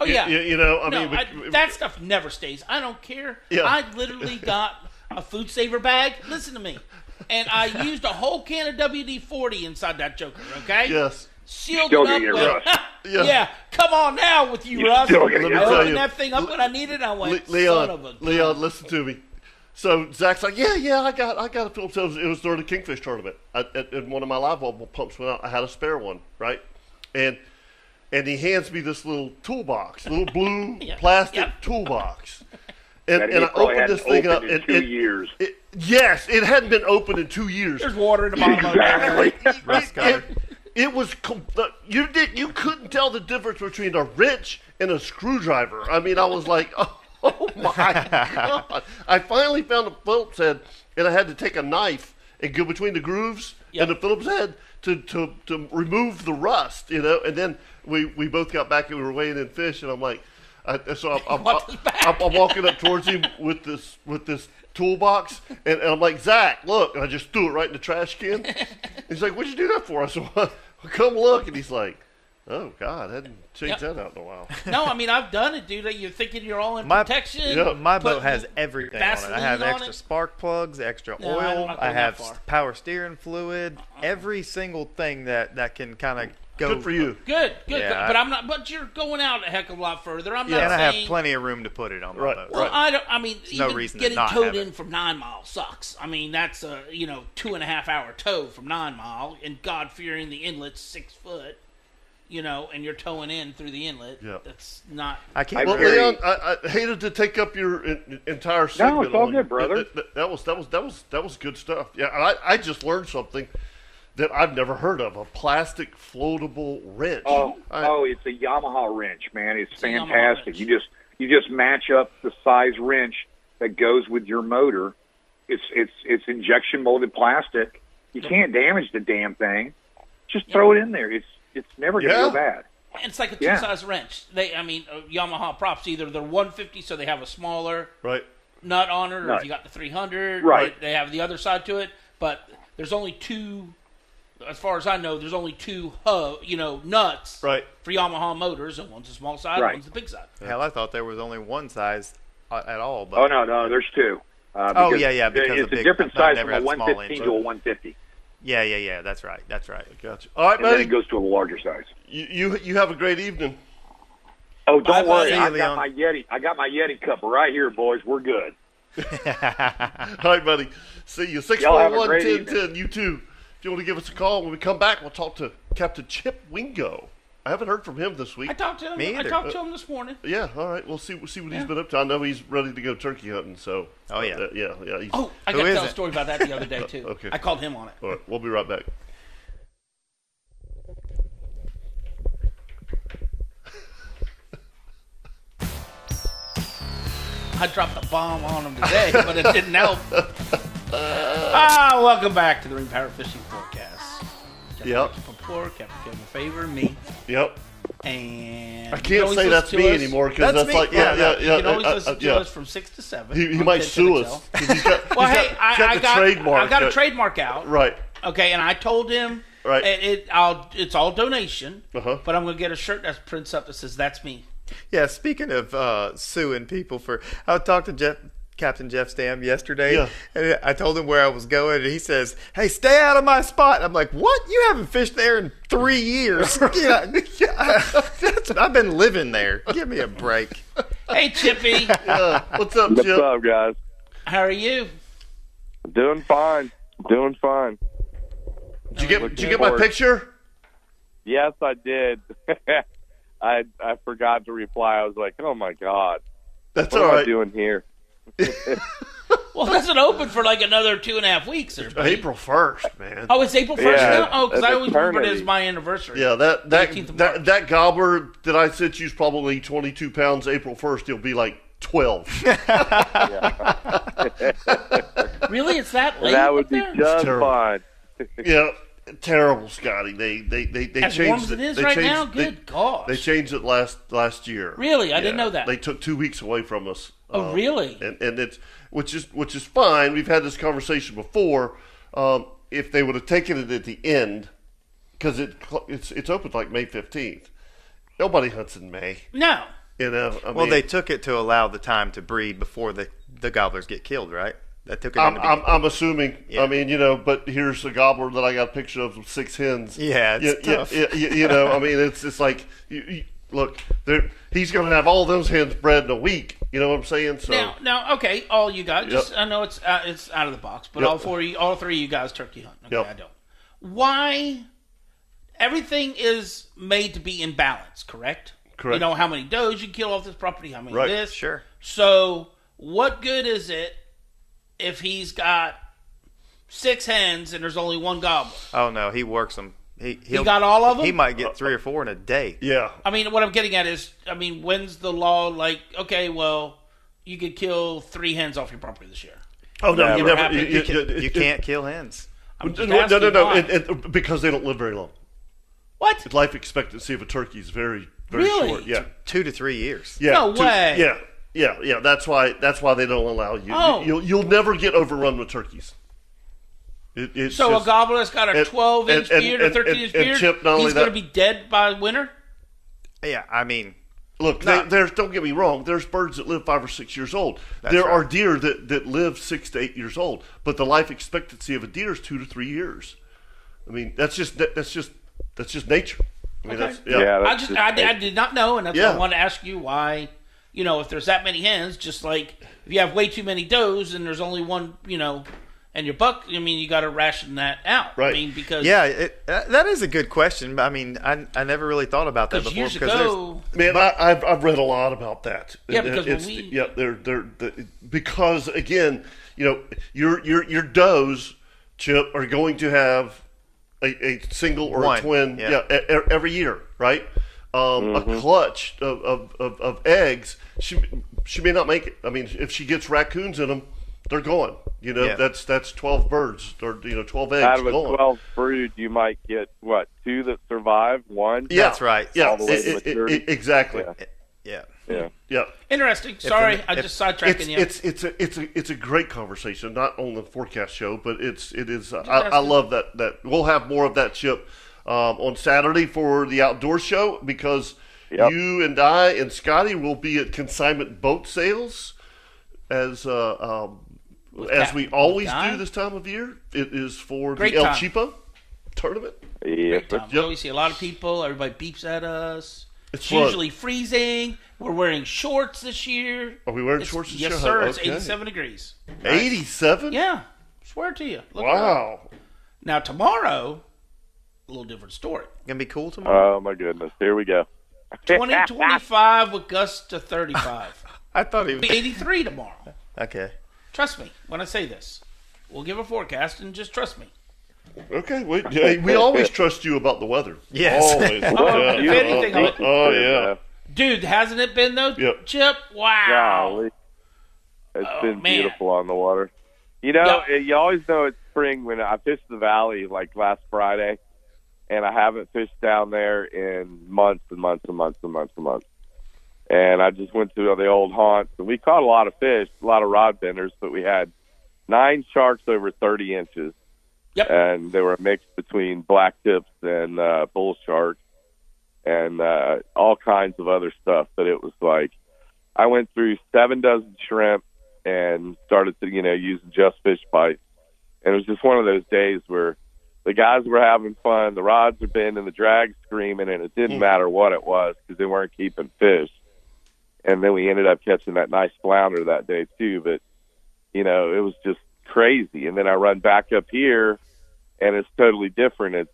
Oh yeah. You, you know, I no, mean, but- I- that stuff never stays. I don't care. Yeah. I literally got a food saver bag. Listen to me. And I used a whole can of WD forty inside that joker. Okay. yes. Sealed Still it up get your with. [laughs] rust. Yeah. yeah. Come on now with you, Russ. still get Let me tell I your rust. opened you, that thing up when I needed. it. I Le- went, Leon, son of a. Leon, listen to me. So Zach's like, yeah, yeah, I got, I got a Phillips. It was, it was during the Kingfish tournament, I, and- and one of my live well pumps went out. I had a spare one, right? And and he hands me this little toolbox, [laughs] little blue Yeah, plastic yeah. toolbox, and, That he and I probably opened hadn't this thing opened up. in and two it- years. it- yes, it hadn't been opened in two years. There's water in the bottom of it. Exactly. It, it, it was com- the- you did you couldn't tell the difference between a wrench and a screwdriver. I mean, I was like, [laughs] oh, oh my god! I finally found a Phillips head, and I had to take a knife and go between the grooves Yep. and the Phillips head to, to to remove the rust. You know, and then we we both got back and we were weighing in fish, and I'm like. I, so I'm, I'm, walked us back. I'm, I'm walking up towards him with this with this toolbox, and, and I'm like, Zach, look, and I just threw it right in the trash can. he's like, What'd you do that for? I said, well, [laughs] Come look, and he's like, Oh God, I hadn't changed Yep. that out in a while. No, I mean I've done it, dude. You're thinking you're all in My- protection. yeah, my boat putting has everything on it. I have Vaseline on extra it. spark plugs, extra No, I don't oil. like I going that have far. s- power steering fluid. Every single thing that that can kind of go. Good for you. Good, good. Yeah, good. I- but I'm not. But you're going out a heck of a lot further. I'm And not I saying. have plenty of room to put it on my Right, boat. Well, I don't. I mean, no even reason to getting not have towed it. in from nine mile sucks. I mean, that's a you know two and a half hour tow from nine mile, and God fearing the inlet's six foot, you know, and you're towing in through the inlet. Yeah. That's not. I can't. Well, believe- Very- Leon, I, I hated to take up your en- entire segment. it's all on- good, brother. That, that- that was that was that was that was good stuff. Yeah, and I, I just learned something that I've never heard of: a plastic floatable wrench. [laughs] Oh, I- oh, it's a Yamaha wrench, man. It's, a Yamaha fantastic. wrench. You just you just match up the size wrench that goes with your motor. It's it's it's injection molded plastic. You can't damage the damn thing. Just throw it in there. It's it's never gonna Yeah. go bad. And it's like a two Yeah. size wrench. They, I mean, uh, Yamaha props either they're 150, so they have a smaller right. nut on it, or Nut. if you got the 300, Right. or They have the other side to it, but there's only two. As far as I know, there's only two hub, you know, nuts Right. for Yamaha motors, and one's the small side, and Right. one's the big side. hell, I thought there was only one size uh, at all. But Oh no, no, there's two. Uh, Oh, because yeah, yeah, the- because it's the a big- different I've never size from a had small 115 engine. to a 150, yeah, yeah, yeah. That's right. That's right. Gotcha. All right, and then buddy. it goes to a larger size. you, you you have a great evening. Oh, don't Bye-bye. worry, See you, I Leon. got my Yeti. I got my Yeti cup right here, boys. We're good. [laughs] All right, buddy. See you. Y'all have a 641 great 1010. You too. If you want to give us a call when we come back, we'll talk to Captain Chip Wingo. I haven't heard from him this week. I talked to him. Me I either. talked Uh, to him this morning. yeah, all right. We'll see. We'll see what he's been up to. I know he's ready to go turkey hunting. So. Oh, yeah. uh, yeah, yeah. he's- Oh, I Who got to is tell a it? story about that the [laughs] other day too. Okay. I called him on it. All right. We'll be right back. I dropped the bomb on him today, but it [laughs] didn't help. ah, welcome back to the Ring Power Fishing Forecast. Captain Yep. Ricky Papour, Captain Kevin Favor, me, Yep. and I can't say that's me anymore because That's that's, me. like yeah, Yeah, yeah, yeah. You can always uh, uh, listen to yeah. us from six to seven. He, he on might 10 sue XL. us. 'cause he's got- Well, he's hey, got- he's I, got I the got trademark. I got a that- trademark out. Right. Okay, and I told him Right. It, it I'll it's all donation. Uh-huh. But I'm gonna get a shirt that prints up that says that's me. Yeah, speaking of uh, suing people for, I talked to Jeff, Captain Jeff Stam yesterday, Yeah. and I told him where I was going, and he says, "Hey, stay out of my spot." I'm like, "What? You haven't fished there in three years? yeah, [laughs] yeah, that's, I've been living there. Give me a break." Hey Chippy, What's up, What's Jim? up, guys? how are you? Doing fine. Doing fine. Did you get did you get my Forward. picture? Yes, I did. [laughs] I I forgot to reply. I was like, oh my god, That's what all am I right. doing here? Well, it doesn't open for like another two and a half weeks or. April first, man. Oh, it's April first Yeah, now. Oh, because I that's always remember it eternity. as my anniversary. Yeah, that that 18th of that, March. that gobbler that I sent you's probably twenty two pounds. April first, he'll be like twelve. Really, it's that late. That up would be there? just terrible. fine. yeah, terrible, Scotty. They they they they as changed warm as it is they right changed- now. they- Good gosh. They changed it last last year. Really? I didn't know that. They took two weeks away from us. Um, Oh, really? And and it's which is which is fine. We've had this conversation before. Um, if they would have taken it at the end, because it cl- it's it's open like May fifteenth. Nobody hunts in May. no. You know. I Well, mean, they took it to allow the time to breed before the the gobblers get killed, right? That took it. I'm, into the I'm, I'm assuming. I Yeah. mean, you know, but here's a gobbler that I got a picture of with six hens. Yeah, you, it's you- tough. you- you- you know, I mean, it's it's like you, you, look, they're- he's going to have all those hens bred in a week. You know what I'm saying? So Now, now, okay, all you guys. Just Oh. Yep. I know it's uh, it's out of the box, but Yep. all four, of you, all three of you guys turkey hunt. Okay, Yep. I don't. Why? Everything is made to be in balance, correct? Correct. You know how many does you kill off this property, how many Right, this. sure. So, what good is it if he's got six hens and there's only one gobbler? Oh no, he works them. He He he'll- got all of them. He might get three or four in a day. yeah, I mean, what I'm getting at is, I mean, when's the law like? Okay, well, you could kill three hens off your property this year. Oh no, you Never never. happened. You, You you- You it- can't kill hens. I'm it- just no, no, no, asking no. why. It, it, because they don't live very long. what? Life expectancy of a turkey is very, very Really? short. Yeah, Two to three years. yeah. No way. Yeah, yeah, yeah. That's why. That's why they don't allow you. Oh. you you'll, you'll never get overrun with turkeys. It, it's So just, a gobbler that's got a and- 12 inch and- beard and- or 13 inch and- and beard, Chip, not only he's going to that- be dead by winter. Yeah, I mean, Look, No. there- there's don't get me wrong. There's birds that live five or six years old. That's there right. are deer that, that live six to eight years old, but the life expectancy of a deer is two to three years. I mean, that's just that, that's just that's just nature. I mean, Okay. that's, Yeah, yeah, I that's just, I, I did not know, and that's why Yeah. I wanted to ask you why. You know, if there's that many hens, just like if you have way too many does and there's only one, you know, and your buck, I mean, you got to ration that out. Right. I mean, because yeah, it, uh, that is a good question. But I mean, I, I never really thought about that 'cause before years there's- ago, man, I, I've I've read a lot about that. Yeah, And because when it's, we- yeah, they're they're the, because again, you know, your your your does chip are going to have a, a single or One, a twin yeah. yeah, e- e- every year, right? Um, A clutch of, of, of, of eggs, she she may not make it. I mean, if she gets raccoons in them, they're gone. You know, Yeah. that's that's twelve birds or you know twelve eggs out of a gone. twelve brood, you might get what two that survive, one. yeah, That's right. Yeah, All the way it- it- to it- maturity. it- exactly. Yeah. Yeah. Yeah. interesting. Sorry, the- I if- just sidetracking It's, you. it's it's a it's a it's a great conversation, not on the forecast show, but it's it is. I, ask I me. love that that we'll have more of that chip um, on Saturday for the outdoor show because Yep. you and I and Scotty will be at consignment boat sales as uh, um, as Cap- we always with Guy? do this time of year. It is for Great the El time. Chipo tournament. Yes, sir. Um, We always see a lot of people. Everybody beeps at us. It's It's fun. usually freezing. We're wearing shorts this year. Are we wearing It's- shorts this yes, year? Oh, sir. It's Okay. 87 degrees. Eighty-seven. Yeah, swear to you. Look it up. Wow. Now tomorrow, a little different story. Gonna be cool tomorrow. Oh my goodness, here we go. 2025 with gusts to 35. I thought he It'll be was 83 tomorrow. Uh, okay. Trust me when I say this. We'll give a forecast and just trust me. Okay. We, hey, we always trust you about the weather. [laughs] Yes. Always. Yeah. if anything, I'll- Oh yeah. dude, hasn't it been though? Yep. Chip, wow. Golly. It's Oh, been man. beautiful on the water. You know, Yeah. you always know it's spring when I fished the valley like last Friday, and I haven't fished down there in months and months and months and months and months. And I just went to the old haunts, and we caught a lot of fish, a lot of rod benders, but we had nine sharks over 30 inches, Yep. And they were a mix between black tips and uh, bull sharks and uh, all kinds of other stuff. But it was like I went through seven dozen shrimp and started to you know using just fish bites. And it was just one of those days where the guys were having fun, the rods were bending, the drag screaming, and it Hmm. didn't matter what it was because they weren't keeping fish. And then we ended up catching that nice flounder that day too. But you know, it was just crazy. And then I run back up here, and it's totally different. It's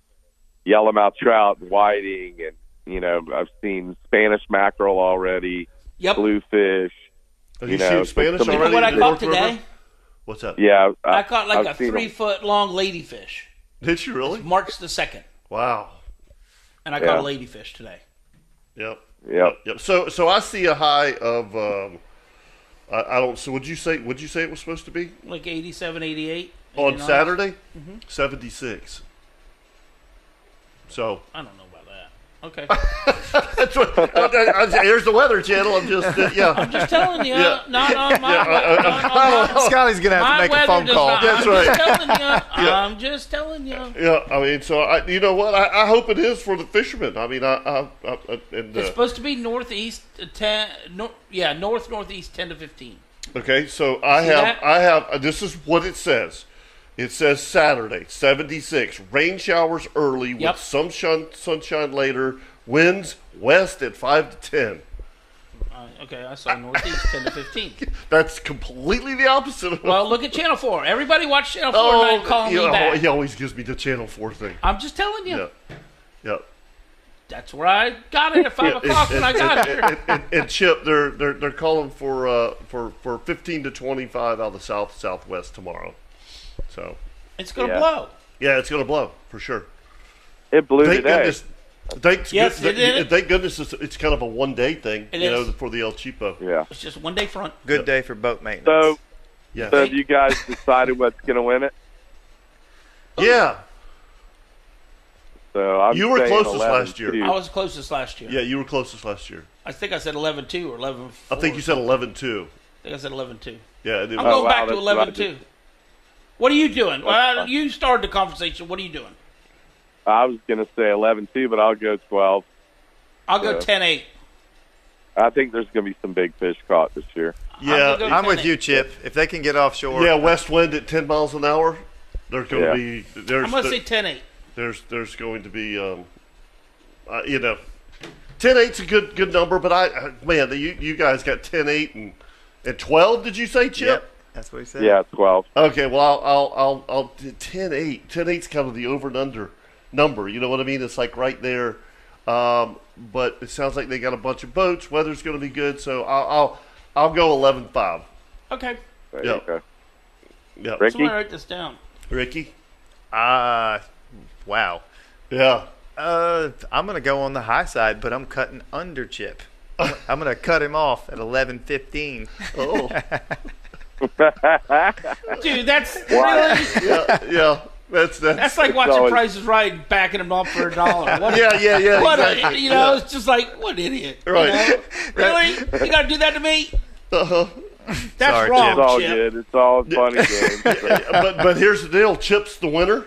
yellowmouth trout and whiting, and you know, I've seen Spanish mackerel already, Yep. bluefish. Have Oh, you you, know, seen it's Spanish something- already? You know what I in the caught North River? today? What's up? Yeah, I caught like I've a seen 'em. three foot long ladyfish. Did you really? March the second, Wow. and I Yeah. caught a ladyfish today. Yep. Yep. Yep. So so I see a high of um, I, I don't. So would you say would you say it was supposed to be Like 87, 88. on 89. Saturday? Mm-hmm. Seventy six. So I don't know about that. Okay. that's what. [laughs] I, I, I- here's the weather channel. I'm just uh, [laughs] yeah. Just telling [laughs] you, uh, Yeah. uh, not on my. not [laughs] on my- Scotty's gonna have my to make weather a phone does call. Not, That's I'm right. Just telling [laughs] you, I'm just telling you. Yeah, I mean, so I, you know what? I, I hope it is for the fishermen. I mean, I, I, I I- and uh, It's supposed to be northeast uh, ten. Nor, yeah, north northeast ten to fifteen. Okay, so I See have, that? I have. uh, This is what it says. It says Saturday, seventy-six. Rain showers early Yep. with some shun, sunshine later. Winds west at five to ten. Uh, okay, I saw northeast ten [laughs] to fifteen. That's completely the opposite of. [laughs] Well, look at Channel Four. Everybody watch Channel Four Oh, and call he, me back. he always gives me the Channel Four thing. I'm just telling you. Yeah, yeah. That's where I got it at [laughs] five o'clock when I got here. And, and, and Chip, they're they're they're calling for uh for for fifteen to twenty-five out of the south southwest tomorrow. So It's gonna Yeah. blow. yeah, it's gonna blow for sure. It blew Thank today. goodness. Thanks, Yes, good- it is. thank goodness it's, it's kind of a one day thing, It you is. know, for the El Cheapo. yeah. It's just one day front. Good day for boat maintenance. So, Yeah. so have you guys decided what's going to win it? yeah. So I'm You were saying closest 11, last year. too. I was closest last year. Yeah, you were closest last year. I think I said 11-2 or 11 I think you said 11 2. I think I said 11-2. Yeah. and it I'm was- going wow, back to that's what I 11 2. did. What are you doing? Well, fine. you started the conversation. What are you doing? I was going to say 11 too, but I'll go 12. I'll go Yeah. 10 8. I think there's going to be some big fish caught this year. yeah. I'm gonna it- I'm with you, Chip. If they can get offshore, yeah. West wind at 10 miles an hour. There's going Yeah. to be. There's, I'm going to there- say 10 8. there's there's going to be, um, uh, you know, 10 8's a good good number, but I, uh, man, you, you guys got 10 8 and, and 12, did you say, Chip? Yep, that's what he said. Yeah, 12. Okay, well, I'll, I'll, I'll, I'll 10 8. 10 8's kind of the over and under number. You know what I mean? It's like right there. Um, but it sounds like they got a bunch of boats. Weather's going to be good. So I'll, I'll, I'll go 11 5. Okay. There Yeah. you go. Yeah. Ricky? Somebody write this down. Ricky? Uh, wow. Yeah. Uh, I'm gonna go on the high side, but I'm cutting under Chip. I'm I'm gonna cut him off [laughs] at 11:15. Oh, Dude, that's really. yeah. Yeah. That's, [laughs] that's, That's like watching always- Price is Right and backing him up for [laughs] a dollar. What a, yeah, yeah, yeah. What a, exactly. you know, it's just like, what an idiot. you Right. know? Really? You got to do that to me? Uh-huh. That's Sorry, wrong, It's all Chip. good. It's all a funny [laughs] game. Yeah, but, but here's the deal Chip's the winner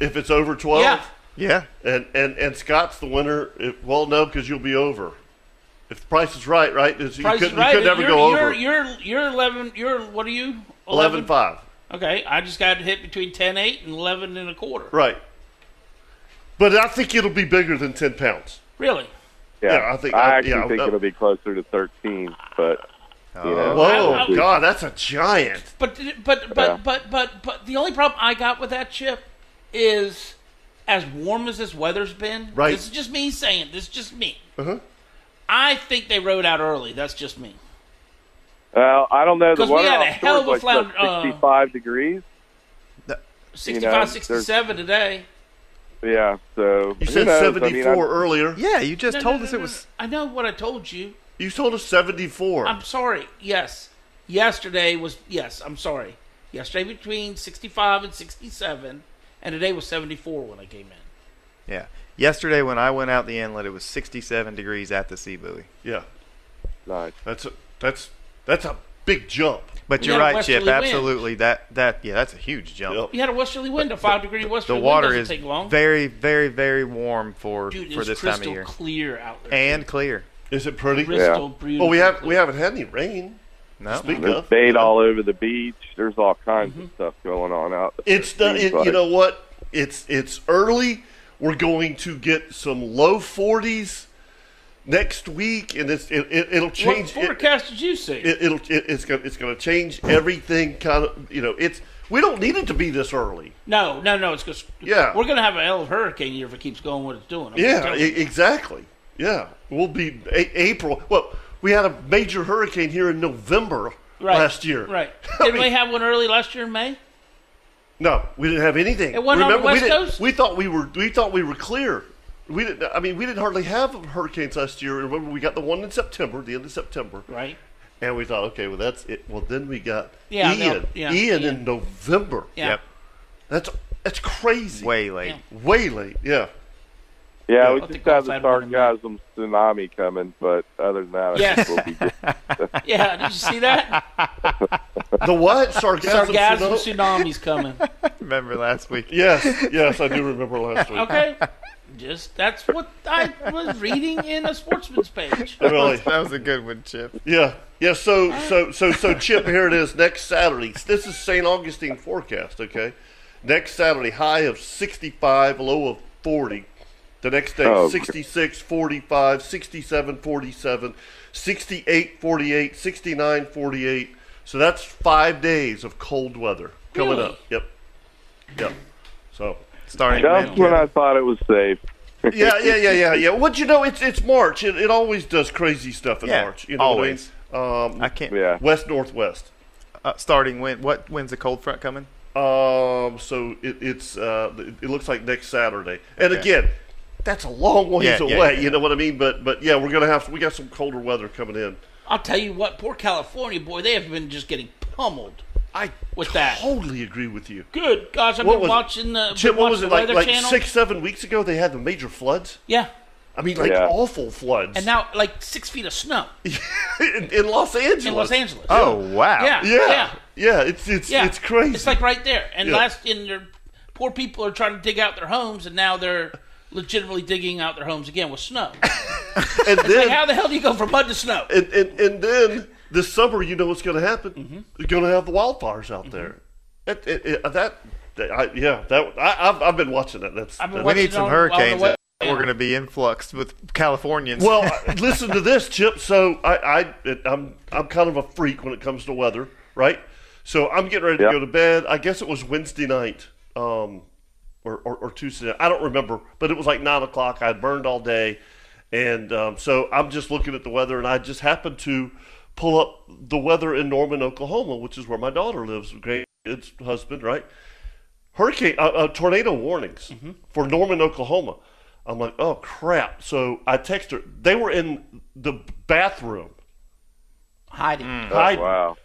if it's over 12. Yeah. Yeah, And and and Scott's the winner. If, well, no, because you'll be over. If the price is right, right? it's- You Price could, is right. you could never you're, go you're, over. You're, you're 11. You're, what are you? 11 5. Okay, I just got hit between 10 8 and 11 and a quarter. Right. But I think it'll be bigger than 10 pounds. Really? Yeah, I think- I I- Oh. actually yeah, think uh, it'll be closer to 13, but you know, Whoa, I- I- God, that's a giant. But but but Yeah. but but but the only problem I got with that chip is as warm as this weather's been. Right. This is just me saying. This is just me. Uh-huh. I think they rode out early. That's just me. well, I don't know. The 'Cause we weather had a offshore hell of a is like, what, flounder, uh, 65 degrees. 65, there's- 67 today. Yeah, so You who said knows? I mean, 74 I'm- earlier. yeah. You just No, no, told no, us no, it no. was. I know what I told you. You told us 74. I'm sorry. Yes. Yesterday was. Yes, I'm sorry. Yesterday between 65 and 67, and today was 74 when I came in. Yeah, yesterday when I went out the inlet, it was 67 degrees at the sea buoy. yeah, Nice. that's a, that's that's a big jump. But We you're had a right, westerly Chip. wind. Absolutely. That that yeah, that's a huge jump. You had a westerly wind, a five degree The westerly water wind. is Doesn't take long. very, very, very warm for Dude, for it's this time crystal of year clear out there. and clear. Is it pretty? crystal Yeah. beautiful. Well, we have we haven't had any rain. No. Speak There's of. bait all over the beach. There's all kinds Mm-hmm. of stuff going on out there. It's the seems it, like. you know what? It's it's early. We're going to get some low forties next week, and it's it, it, it'll What change. It, forecast did you see? it, it'll it, it's gonna it's gonna change everything. Kind of you know it's we don't need it to be this early. no, no, no. It's because Yeah. we're gonna have a hell of a hurricane year if it keeps going what it's doing. I'm Yeah, telling e- you. exactly. Yeah, we'll be a- April. Well, we had a major hurricane here in November Right, last year. Right. [laughs] I Didn't we mean, have one early last year in May? No, we didn't have anything. It wasn't on the Remember, we West didn't- Coast? We thought we were. We thought we were clear. We didn't. I mean, we didn't hardly have hurricanes last year. Remember, we got the one in September, the end of September, Right. and we thought, okay, well, that's it. Well, then we got Yeah, no, Ian. yeah, Ian, Ian. in November. Yeah. Yep. That's that's crazy. Way late. way late. Yeah. Yeah, we What they just call have the Fat Woman in May. sarcasm tsunami coming, but other than that, I Yes. think we'll be [laughs] good. Yeah. Did you [laughs] see that? The [laughs] what? Sargasm. Sargasm tsunami? [laughs] tsunami's coming. Remember last [laughs] week? Yes, yes, I do remember last week. [laughs] Okay. Just that's what I was reading in a sportsman's page. Really. That was a good one, Chip. Yeah, yeah. So, so, so, so, Chip, here it is. Next Saturday, this is St. Augustine forecast. Okay, next Saturday, high of sixty-five, low of forty. The next day, Oh, okay. 66, 45, 67, 47, 68, 48, 69, 48. So that's five days of cold weather coming Really? up. Yep. Yep. So, Starting Just when I thought it was safe. yeah, yeah, yeah, yeah, yeah. What you know, it's it's March. It, it always does crazy stuff in Yeah, March. You know what I mean? Um, I can't. Yeah. west northwest. Uh, starting when? What? When's the cold front coming? Um, so it, it's uh, it, it looks like next Saturday, and Okay. again, that's a long ways Yeah, away. yeah, yeah, You know what I mean? But but yeah, we're gonna have we got some colder weather coming in. I'll tell you what, poor California boy, they have been just getting pummeled. I With that. totally agree with you. Good gosh, I've What been was it? watching the Chip, been what was watching it the like? Weather Like Channel. six seven weeks ago, they had the major floods. Yeah, I mean, like Yeah. awful floods. and now like six feet of snow [laughs] in, in Los Angeles, in Los Angeles. Oh wow! yeah, yeah, yeah, yeah, it's it's yeah. it's crazy. It's like right there, and Yeah. last and their poor people are trying to dig out their homes, and now they're legitimately digging out their homes again [laughs] with snow. and then like, how the hell do you go from mud to snow? and, and, and then this summer, you know what's going to happen? Mm-hmm. You're going to have the wildfires out there. It, it, it, that, that- I, yeah, that I, I've, I've been watching that. That's I've been We that- watching need some on- on the hurricanes. web- that We're going to be influxed with Californians. well. I- listen to this, Chip. So I, I it, I'm I'm kind of a freak when it comes to weather, right? So I'm getting ready to Yeah. go to bed. I guess it was Wednesday night, um, or, or or Tuesday. Night. I don't remember, but it was like nine o'clock. I had burned all day, and um, so I'm just looking at the weather, and I just happened to pull up the weather in Norman, Oklahoma, which is where my daughter lives. Great, it's husband, right? hurricane uh, uh, tornado warnings for Norman, Oklahoma. I'm like, oh crap! So I text her. They were in the bathroom. hiding. hiding. [laughs] Oh, Wow.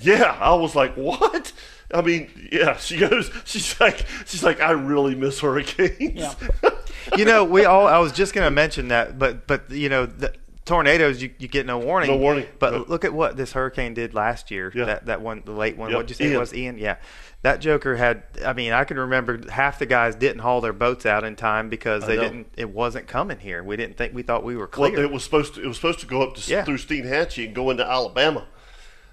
Yeah, I was like, what? I mean, yeah. She goes. [laughs] She's like, she's like, I really miss hurricanes. [laughs] Yeah. you know, we all. I was just going to mention that, but but you know, the tornadoes you, you get no warning. No warning. But Right. look at what this hurricane did last year. Yeah. That that one, the late one. Yep. What'd you say Ian. it was? Ian. Yeah. That Joker had. I mean, I can remember half the guys didn't haul their boats out in time because they know. didn't. It wasn't coming here. We didn't think. We thought we were clear. Well, it was supposed to. It was supposed to go up to, Yeah. through Steenhatchee and go into Alabama,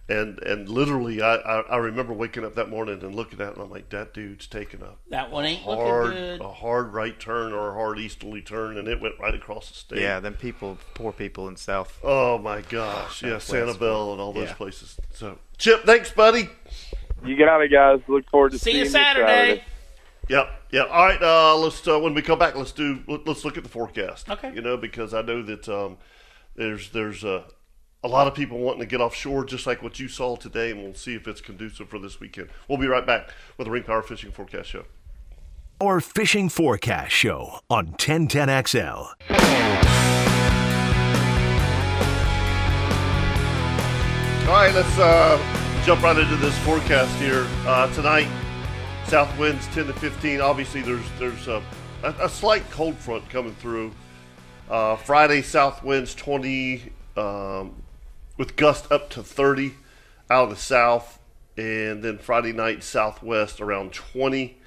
and and literally, I, I I remember waking up that morning and looking at it, and I'm like, that dude's taking up. That one ain't looking hard, good. a hard right turn or a hard easterly turn, and it went right across the state. yeah. Then people, poor people in South. Oh my gosh. Yeah, Sanibel and all those Yeah. places. So, Chip, thanks, buddy. You got it, guys. Look forward to See seeing you Saturday. Yep. Yeah. All right. Uh, let's uh, when we come back, let's do let, let's look at the forecast. Okay. You know, because I know that um, there's there's uh, a lot of people wanting to get offshore, just like what you saw today, and we'll see if it's conducive for this weekend. We'll be right back with the Ring Power Fishing Forecast Show. Our fishing forecast show on 1010XL. All right, let's uh, jump right into this forecast here uh, tonight. South winds 10 to 15. Obviously, there's there's a, a, a slight cold front coming through. Uh, Friday, south winds 20 um, with gust up to 30. out of the south, and then Friday night southwest around 20.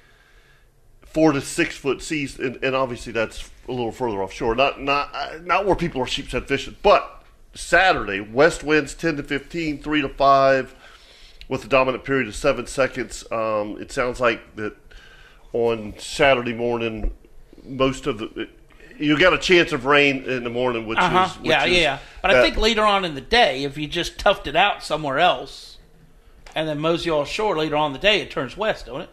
Four to six foot seas, and, and obviously that's a little further offshore. Not not uh, not where people are sheepshead fishing, but Saturday west winds 10 to 15, 3 to 5, with a dominant period of seven seconds. Um, it sounds like that on Saturday morning, most of the you got a chance of rain in the morning, which Uh-huh. is which Yeah, is, yeah, yeah. But I uh, think later on in the day, if you just tuft it out somewhere else, and then mosey offshore later on in the day, it turns west, don't it?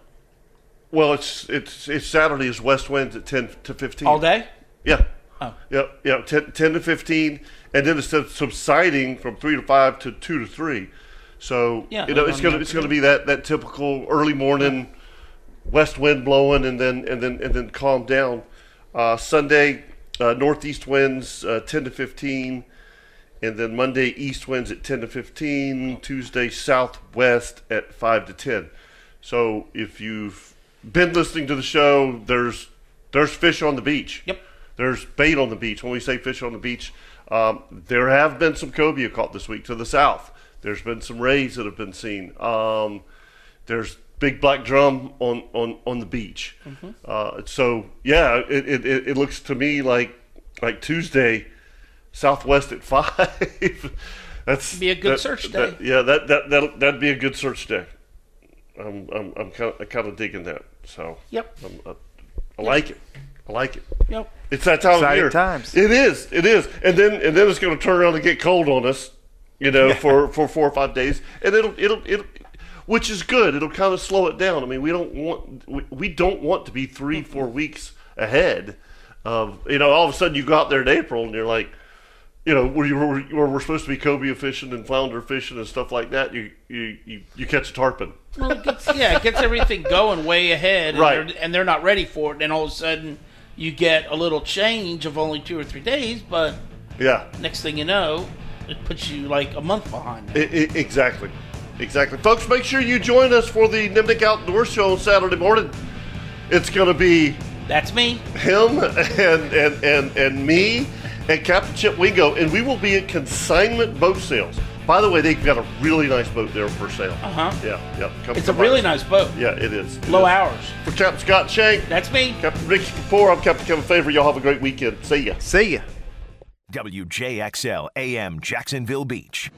well, it's it's it's Saturday is west winds at ten to fifteen All day. Yeah. Oh. Yep. Yep. 10, 10 to fifteen, and then it's subsiding from three to five to two to three. So Yeah, you know later it's on gonna in the it's gonna be that, that typical early morning west wind blowing and then and then and then calm down. Uh, Sunday uh, northeast winds uh, ten to fifteen, and then Monday east winds at ten to Oh. fifteen. Tuesday southwest at five to ten. So if you've been listening to the show, there's there's fish on the beach. Yep. There's bait on the beach. When we say fish on the beach, um, there have been some cobia caught this week to the south. There's been some rays that have been seen. Um, there's big black drum on, on, on the beach. Mm-hmm. Uh, so yeah, it, it, it it looks to me like like Tuesday, southwest at [laughs] five. That's Be a good that- search that- day. yeah, that that that that'd be a good search day. I'm I'm I'm kind of kind of digging that. So Yep. I'm, I, I like it. I like it. Yep. It's that time of Exciting year. times. It is. It is. And then and then it's going to turn around and get cold on us, you know, for, for four or five days, and it'll it'll it'll, which is good. It'll kind of slow it down. I mean, we don't want we, we don't want to be three four weeks ahead of you know. All of a sudden, you go out there in April and you're like, you know, where you where, where we're supposed to be cobia fishing and flounder fishing and stuff like that. You you you, you catch a tarpon. Well, it gets, yeah, it gets everything going way ahead, and, Right. they're, and they're not ready for it. And all of a sudden, you get a little change of only two or three days, but Yeah. next thing you know, it puts you like a month behind. I- I- exactly. Exactly. Folks, make sure you join us for the Nimnik Outdoor Show on Saturday morning. It's going to be That's me. him and, and, and, and me and Captain Chip Wingo, and we will be at consignment boat sales. By the way, they've got a really nice boat there for sale. Uh-huh. Yeah, yeah. Come, It's a come really by. nice boat. Yeah, it is. It Low is. hours. For Captain Scott Shank, That's me. Captain Ricky Kapoor, I'm Captain Kevin Favor. Y'all have a great weekend. See ya. See ya. WJXL AM Jacksonville Beach.